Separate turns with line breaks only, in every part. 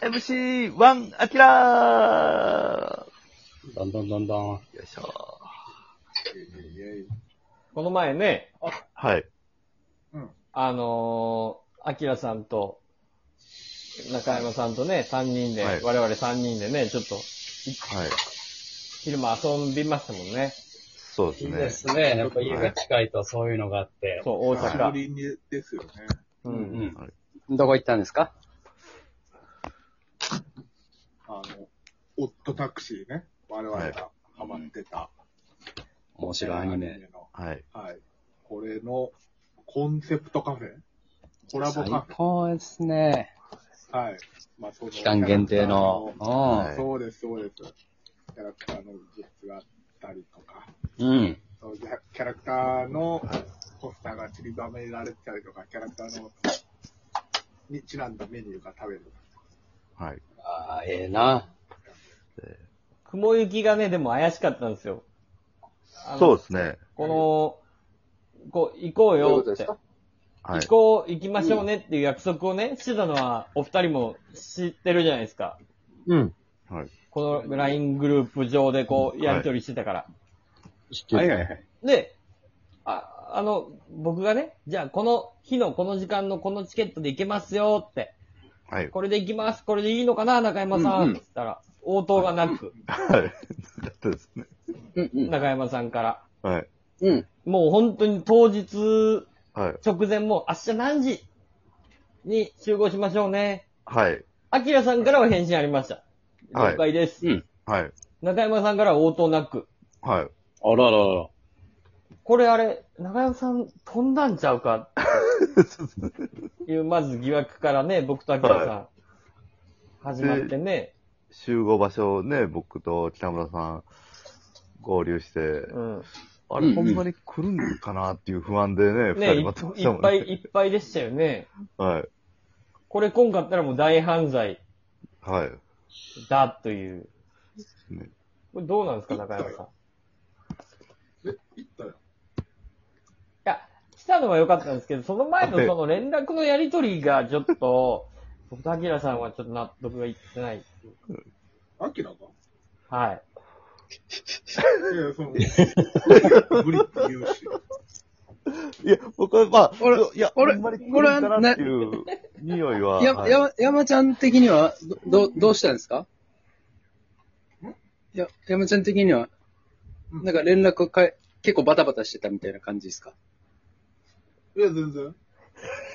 4MC1 アキラ
だんだんだんだん。
ーよいしょ。
この前ね、
はい。
あのー、アキラさんと、中山さんとね、3人で、
はい
我々3人でね、ちょっと、
はい。
昼間遊びましたもんね。
そうで
い
す
い
ね。
ですね。やっぱ家が近いとそういうのがあって。
そう、大
久しぶ
阪。
りにですよね。
う。
うんんうん。どこ行ったんですか
あの、オットタクシーね。我々がハマってた。
面白いアニメ。
の。
はい。
はい。これのコンセプトカフェコラボ
最
カフ
高ですね。
ェはい。まあ、その
期間限定の。
キャラクター
は
のそうです、そうです。キャラクターのグッズがあったりとか、
うん。うん。
そうキャキャラクターのポスターが散りばめられてたりとか、キャラクターのにちなんだメニューが食べる。
はい。
ああ、ええな。
雲行きがね、でも怪しかったんですよ。
そう
う。
ですね。
この、こう、行こうよって。
は
行
い。
こう、行きましょうねっていう約束をね、してたのは、お二人も知ってるじゃないですか。
うん。
はい。
この LINE グループ上でこう、やりとりしてたから。
はいはいはい。
で、あ、あの、僕がね、じゃあこの日のこの時間のこのチケットで行けますよって、
はい。
これで行きます、これでいいのかな、中山さん、
うんうん
って言ったら、応答がなく、
はい。そうですね。
うんうん。
中山さんから。
はい。
うん。
もう本当に当日
はい。
直前もう明日何時に集合しましょうね。
はい。
アキラさんからは返信ありました。
はい
了解です。
うん。
はい。
中山さんからは応答なく。
はい。
あらららら。
これあれ、中山さん飛んだんちゃうか
そうですね。
っていう、まず疑惑か らね、僕とアキラさん、
は
始まってね。
集合場所をね、僕と北村さん合流して、
うん。
あ
うんう
れ、
ん
ほんまに来るんかなっていう不安でね、
ね
二人
い
待ってま
っ
した
いっ
もん
ぱい
ね。
いっぱいでしたよね。
はい。
これ今かったらもう大犯罪
はい。
だという。
ね
これどうなんですか、中山さん。い
え、行ったよ。
や、来たのは良かったんですけど、その前の
はい
その連絡のやりとりがちょっと、僕と明さんはちょっと納得がいってない。
アキラが
はい。
いや、その、 無理って言うし。
いや、僕は、まあ、
俺
いや、
俺
あんまり来るんかなっていう匂いは。
や、
はい
やま、山ちゃん的には、ど、どどうしたんですかや、山ちゃん的には、
うん
なんか連絡かい、結構バタバタしてたみたいな感じですか
いや、全然。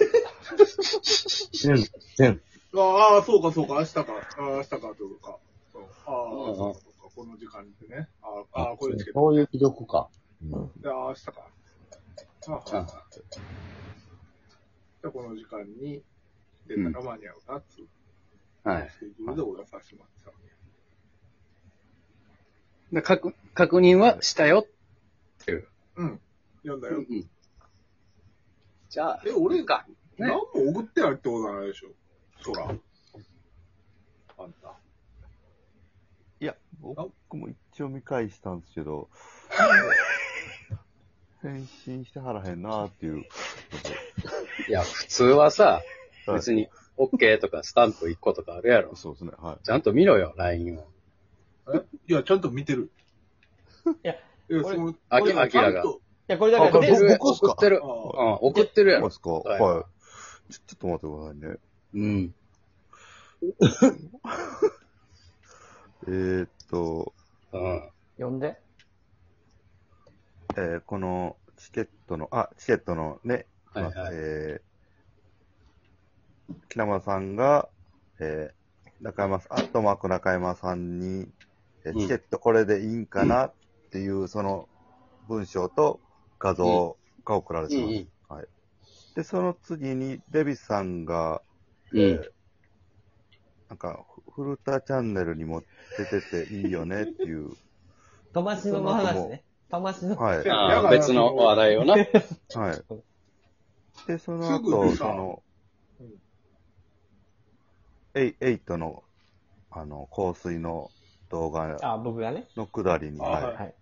うん。全。
ああ、そうか、そうか、明日か。ああ、明日か、というか。そうああ、そうか、そうか、この時間でね。ああ、ああこれつけて。
そういう記録か。
でああ、明日か。ああ、はいはいじゃあこの時間に出たら間に合うな、っていう
はい。
スケジュールでお出させてもらって
だ確、確認はしたよっていう。
た。うん。読んだ
う
よ。
ん。じゃあ、
え、俺
か。ね
何も送ってないってことはないでしょ。そら。あんた。
いや、僕も一応見返したんですけど、返信してはらへんなーっていう。
いや、普通はさ、
はい
別に、OK とかスタンプ1個とかあるやろ。
そうですね、はい。
ちゃんと見ろよ、LINE を。
えいや、ちゃんと見てる。
い
い
や、
や、
俺
その、
あき
俺も
あきらが
ちゃんと
いや、これだから
あこれ
ね、
僕僕っすか
送ってる。う
ああ、
ん送ってる
そ
や
う
ろ
で。すか、
は
はいい、ちょ。ちょっと待ってくださいね。
うん。
えー、っと、
うん。
呼んで。
えーこのチケットの、あ、チケットのね、
はいはい
えー、北村さんが、えー、中山さん、あとマーク中山さんに、えー
うん
チケットこれでいいんかなっていう、その文章と画像が送られてます。
うん
で、その次に、デビさんが、
うん。うん。
なんか、フルタチャンネルにも出てていいよ ねっていう。
トマシノの話ね。トマシノ。
はい。
いや
ああ別の話題をな。
はい。で、その
すぐ
後、
にさ
その
うん、
エイエイトの、あの、香水の動画
あ、僕がね。
のくだりに、
あ
は
はい
はい。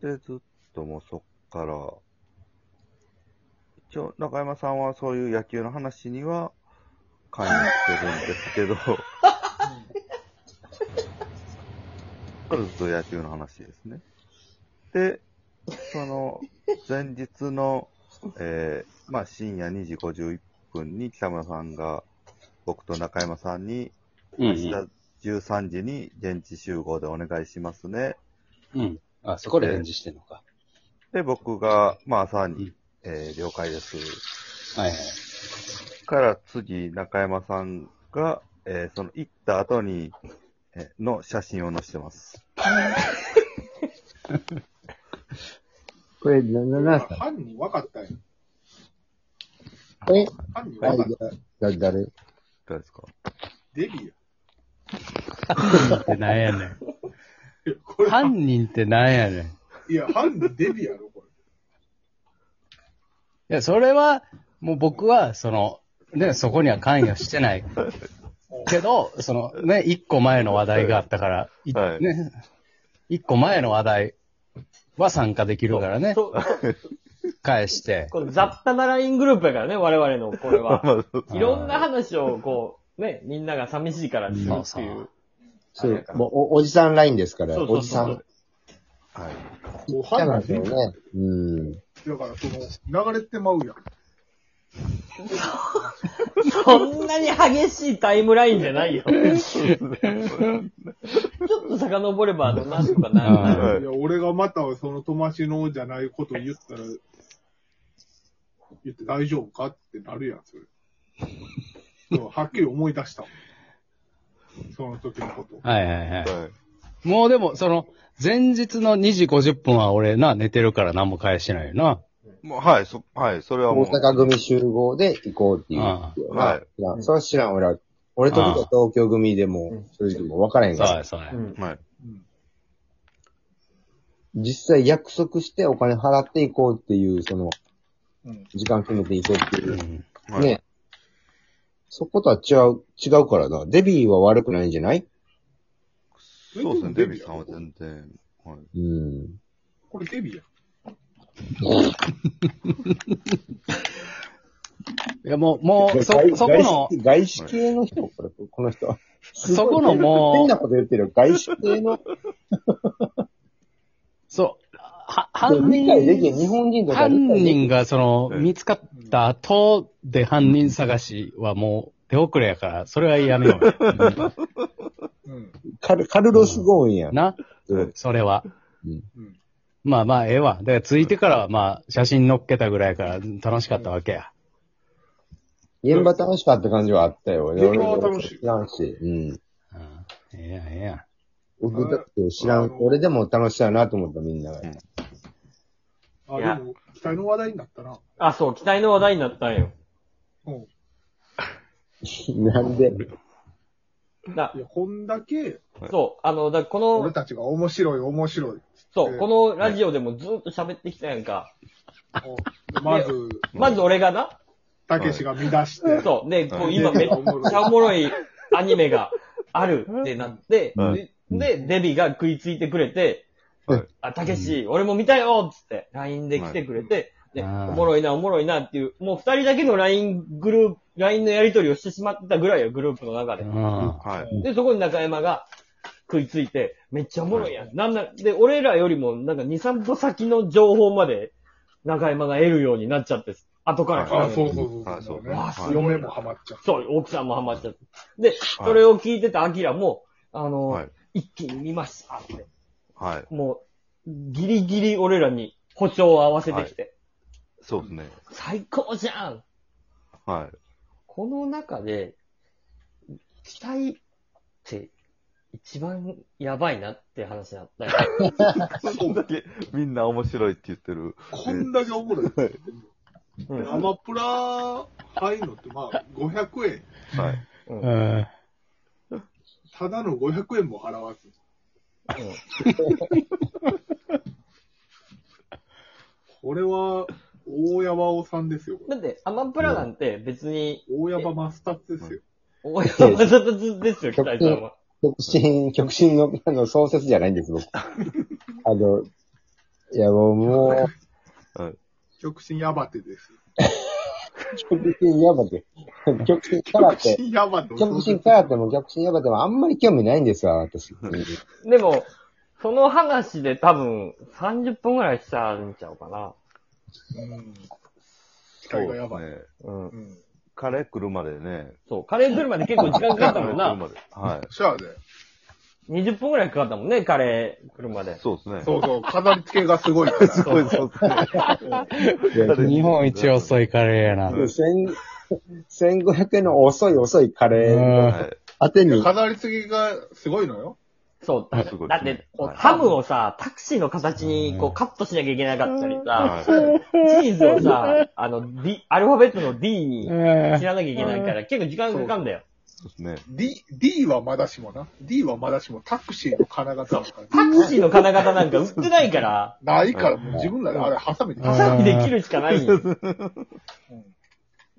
い。で、ずっともうそっから、一応、中山さんはそういう野球の話には、関与してるんです けど、これずっと野球の話ですね。で、その、前日の、えーまあ深夜2時51分に北村さんが、僕と中山さんに、
うん
明日13時に現地集合でお願いしますね。
うん。うん。あ、そこで返事してんのか。
で、僕が、まあ朝
う
に
ん、
えー了解です。
はいはい。
から次、中山さんが、えーその行った後に、えーの写真を載せてます。
これ、な、な、なんすか
犯人分かったよ。
え
犯人
は
分
い
かった。、
だ、だ誰
どうですか
デビュ
ってなんやねん。
ー。これ、
犯人ってなんやねん。い
いや、犯人デビューやろ、こ
や、それは、もう僕は、その、ね、そこには関与してない。けど、その、ね、一個前の話題があったから、い
はい
ね、一個前の話題は参加できるからね、
そう、
返して。
この雑多な LINE グループやからね、我々の、これは。
まあ
いろんな話を、こう、ね、みんなが寂しいからするって
そう
い
そう
う。
そう、もう、お、おじさんラインですから、
そうそうそう
おじさん。
はい。
れ。もう
だか
犯
ら
人デビュー。
ね。うん。
だから、その、流れてまうやん。
そんなに激しいタイムラインじゃないよ。ちょっと遡れば、あの、なんとかなる。
はい
いや、俺がまたその友達のじゃないこと言ったら、言って大丈夫かってなるやん、それ。でもはっきり思い出したもん。その時のこと。
はいはいはい。
はい
もうでも、その、前日の2時50分は俺な、寝てるから何も返してないよな。
もう、はい、そ、はい、それはも
大
う。
阪組集合で行こうっていう。
あ
はい
知らん。それは知らん、俺は。俺と見た東京組でも、正直もう分からへん
そう
から。
やそうや。
うん
はい。
うん。
実際約束してお金払っていこうっていう、その、
うん。
時間決めていこうっていうう。
ん
はい。
ね。そことは違う、違うからな。デビーは悪くないんじゃない
そうですね、デビューさんは全然。はい。
うん。
これデビや。
いや、もう、もう、そ、
外
そこの
外、資外資系の人、これ、この人。
そこのもう
変なこと言ってるよ。外資系の。
そう、は、犯
理解できん。
人、
日本人とか
犯
理解できん。
人がその、
うん
見つかった後で犯人探しはもう手遅れやから、それはやめよう
うん。
カルカルロスゴーンや
よ。。な、
うん
それは。
うん。
まあまあ、ええわ。だから、ついてからはまあ、写真載っけたぐらいやから楽しかったわけや。
現場楽しかった感じはあったよ。
現場は楽しい
知らんし。うん。
うん。ええやん、ええやん。
僕だって知らん。俺でも楽しそうやなと思った、みんなが。
あ、
いや
でも、期待の話題になったな。
あ、そう、期待の話題になったんよ。
うん。
なんで、
だ
いや、こんだけ、
そう、あの、だこ
俺
の、
たちが面白い、面白い。
そう、このラジオでもずっと喋ってきたやんか。
うんまず、
まず俺がな、
たけしが見出して、
そう、で、こ
は
う
い
今めっちゃおもろいアニメがあるってなって、
は
で、でデビが食いついてくれて
はい、
あ、たけし、俺も見たよっつって、LINE で来てくれて、で、お
あー
もろいな、おもろいなっていう、もう二人だけの LINE グループ、LINE のやりとりをしてしまってたぐらいよ、グループの中で。
うん。
はい。
で、そこに中山が食いついて、めっちゃおもろいやん。なんな、で、俺らよりも、なんか2、3歩先の情報まで、中山が得るようになっちゃって、後から来たの
あ、
に
そうそう
はい
そ
そうう。
ね
あすごい
嫁もハマっちゃう。
そう、奥さんもハマっちゃって。で、それを聞いてたアキラも、あの、
はい。
一気に見ましたって。
はい。
もう、ギリギリ俺らに歩調を合わせてきて、
そうですね。
最高じゃん
は
この中で、期待って一番やばいなって話 だったよ。
い。こんだけみんな面白いって言ってる。
こんだけおもろい。
うん
アマプラ入るのってまあ500円。
はい。
うんうん
うん。
ただの500円も払わず。これは、大山尾さんですよ。これ
だって、アマプラなんて別に、
大山マスタッツですよ。
おやまさたつですよ、期待さんは。
極真、極真のあの創設じゃないんです、僕。あの、いやもう、もう、
極真ヤバテです。
極真ヤバテ。極真キャラっ
極
て、
真ヤバと。
極真キャラっても極真ヤバテもあんまり興味ないんですわ、私。
でも、その話で多分30分ぐらいしちゃうんちゃうかな。
うん。機
そう
械
で
が
す
やばい。
ね。
うん。
うん。
カレー来るまでね。
そう、カレー来るまで結構時間かかったも
カレー来
ん
る
な。
までは
シャアで。
20分ぐらいかかったもんね、カレー来るまで
い。。そうですね。
そうそう、飾り付けがすごいから。
すごい、そうですね。
日本一遅いカレーやな。
千1500円の遅い遅いカレー
うん
はい。
当てに、
飾り付けがすごいのよ。
そう。だ
すごい
だって、こう
はい
ハムをさ、タクシーの形にこうカットしなきゃいけなかったりさ、
はい
チーズをさ、あの、D、アルファベットの D に
うん
切らなきゃいけないから、結構時間かかんだよ。
そうですね。
D、D はまだしもな。D はまだしもタクシーの金型だから。
タクシーの金型なんか売ってないから、
ないから、もう自分らであれ挟めて。
うん
ハサミで切るしかないんよ。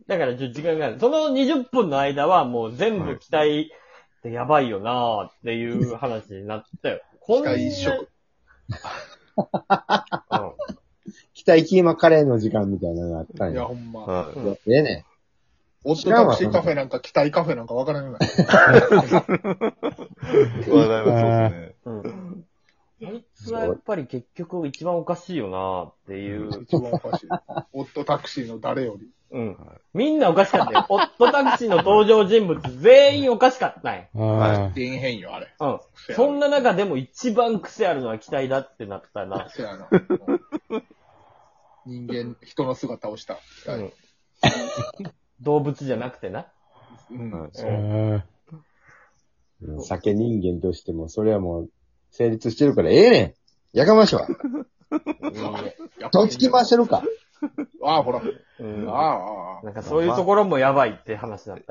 だからちょっと時間がない。その20分の間はもう全部期待ってやばいよなーっていう話になったよ。こんな
期待一色
うん
期待キーマカレーの時間みたいなのがあったん
いや、
や。
ほんま。
はい。
ええね
オットタクシーカフェなんか、期待カフェなんかわからんようない。
話題はそうで
うん。あいつはやっぱり結局一番おかしいよなーっていう。
一番おかしい。オットタクシーの誰より。
うん。みんなおかしか ったよ。ホットタクシーの登場人物全員おかしかったんや。
うん
出んへんよ、あれ。
うん。そんな中でも一番癖あるのは期待だってなったな。
せやな。人間、人の姿をした。
うん。 動物じゃなくてな。
うん
はい
そうう。
ん
うん酒人間としても、それはもう、成立してるからええねんやかましは。とっつき回してるか。
ああ、ほら。
うん。
ああああ、ああ。
なんかそういうところもやばいって話だった。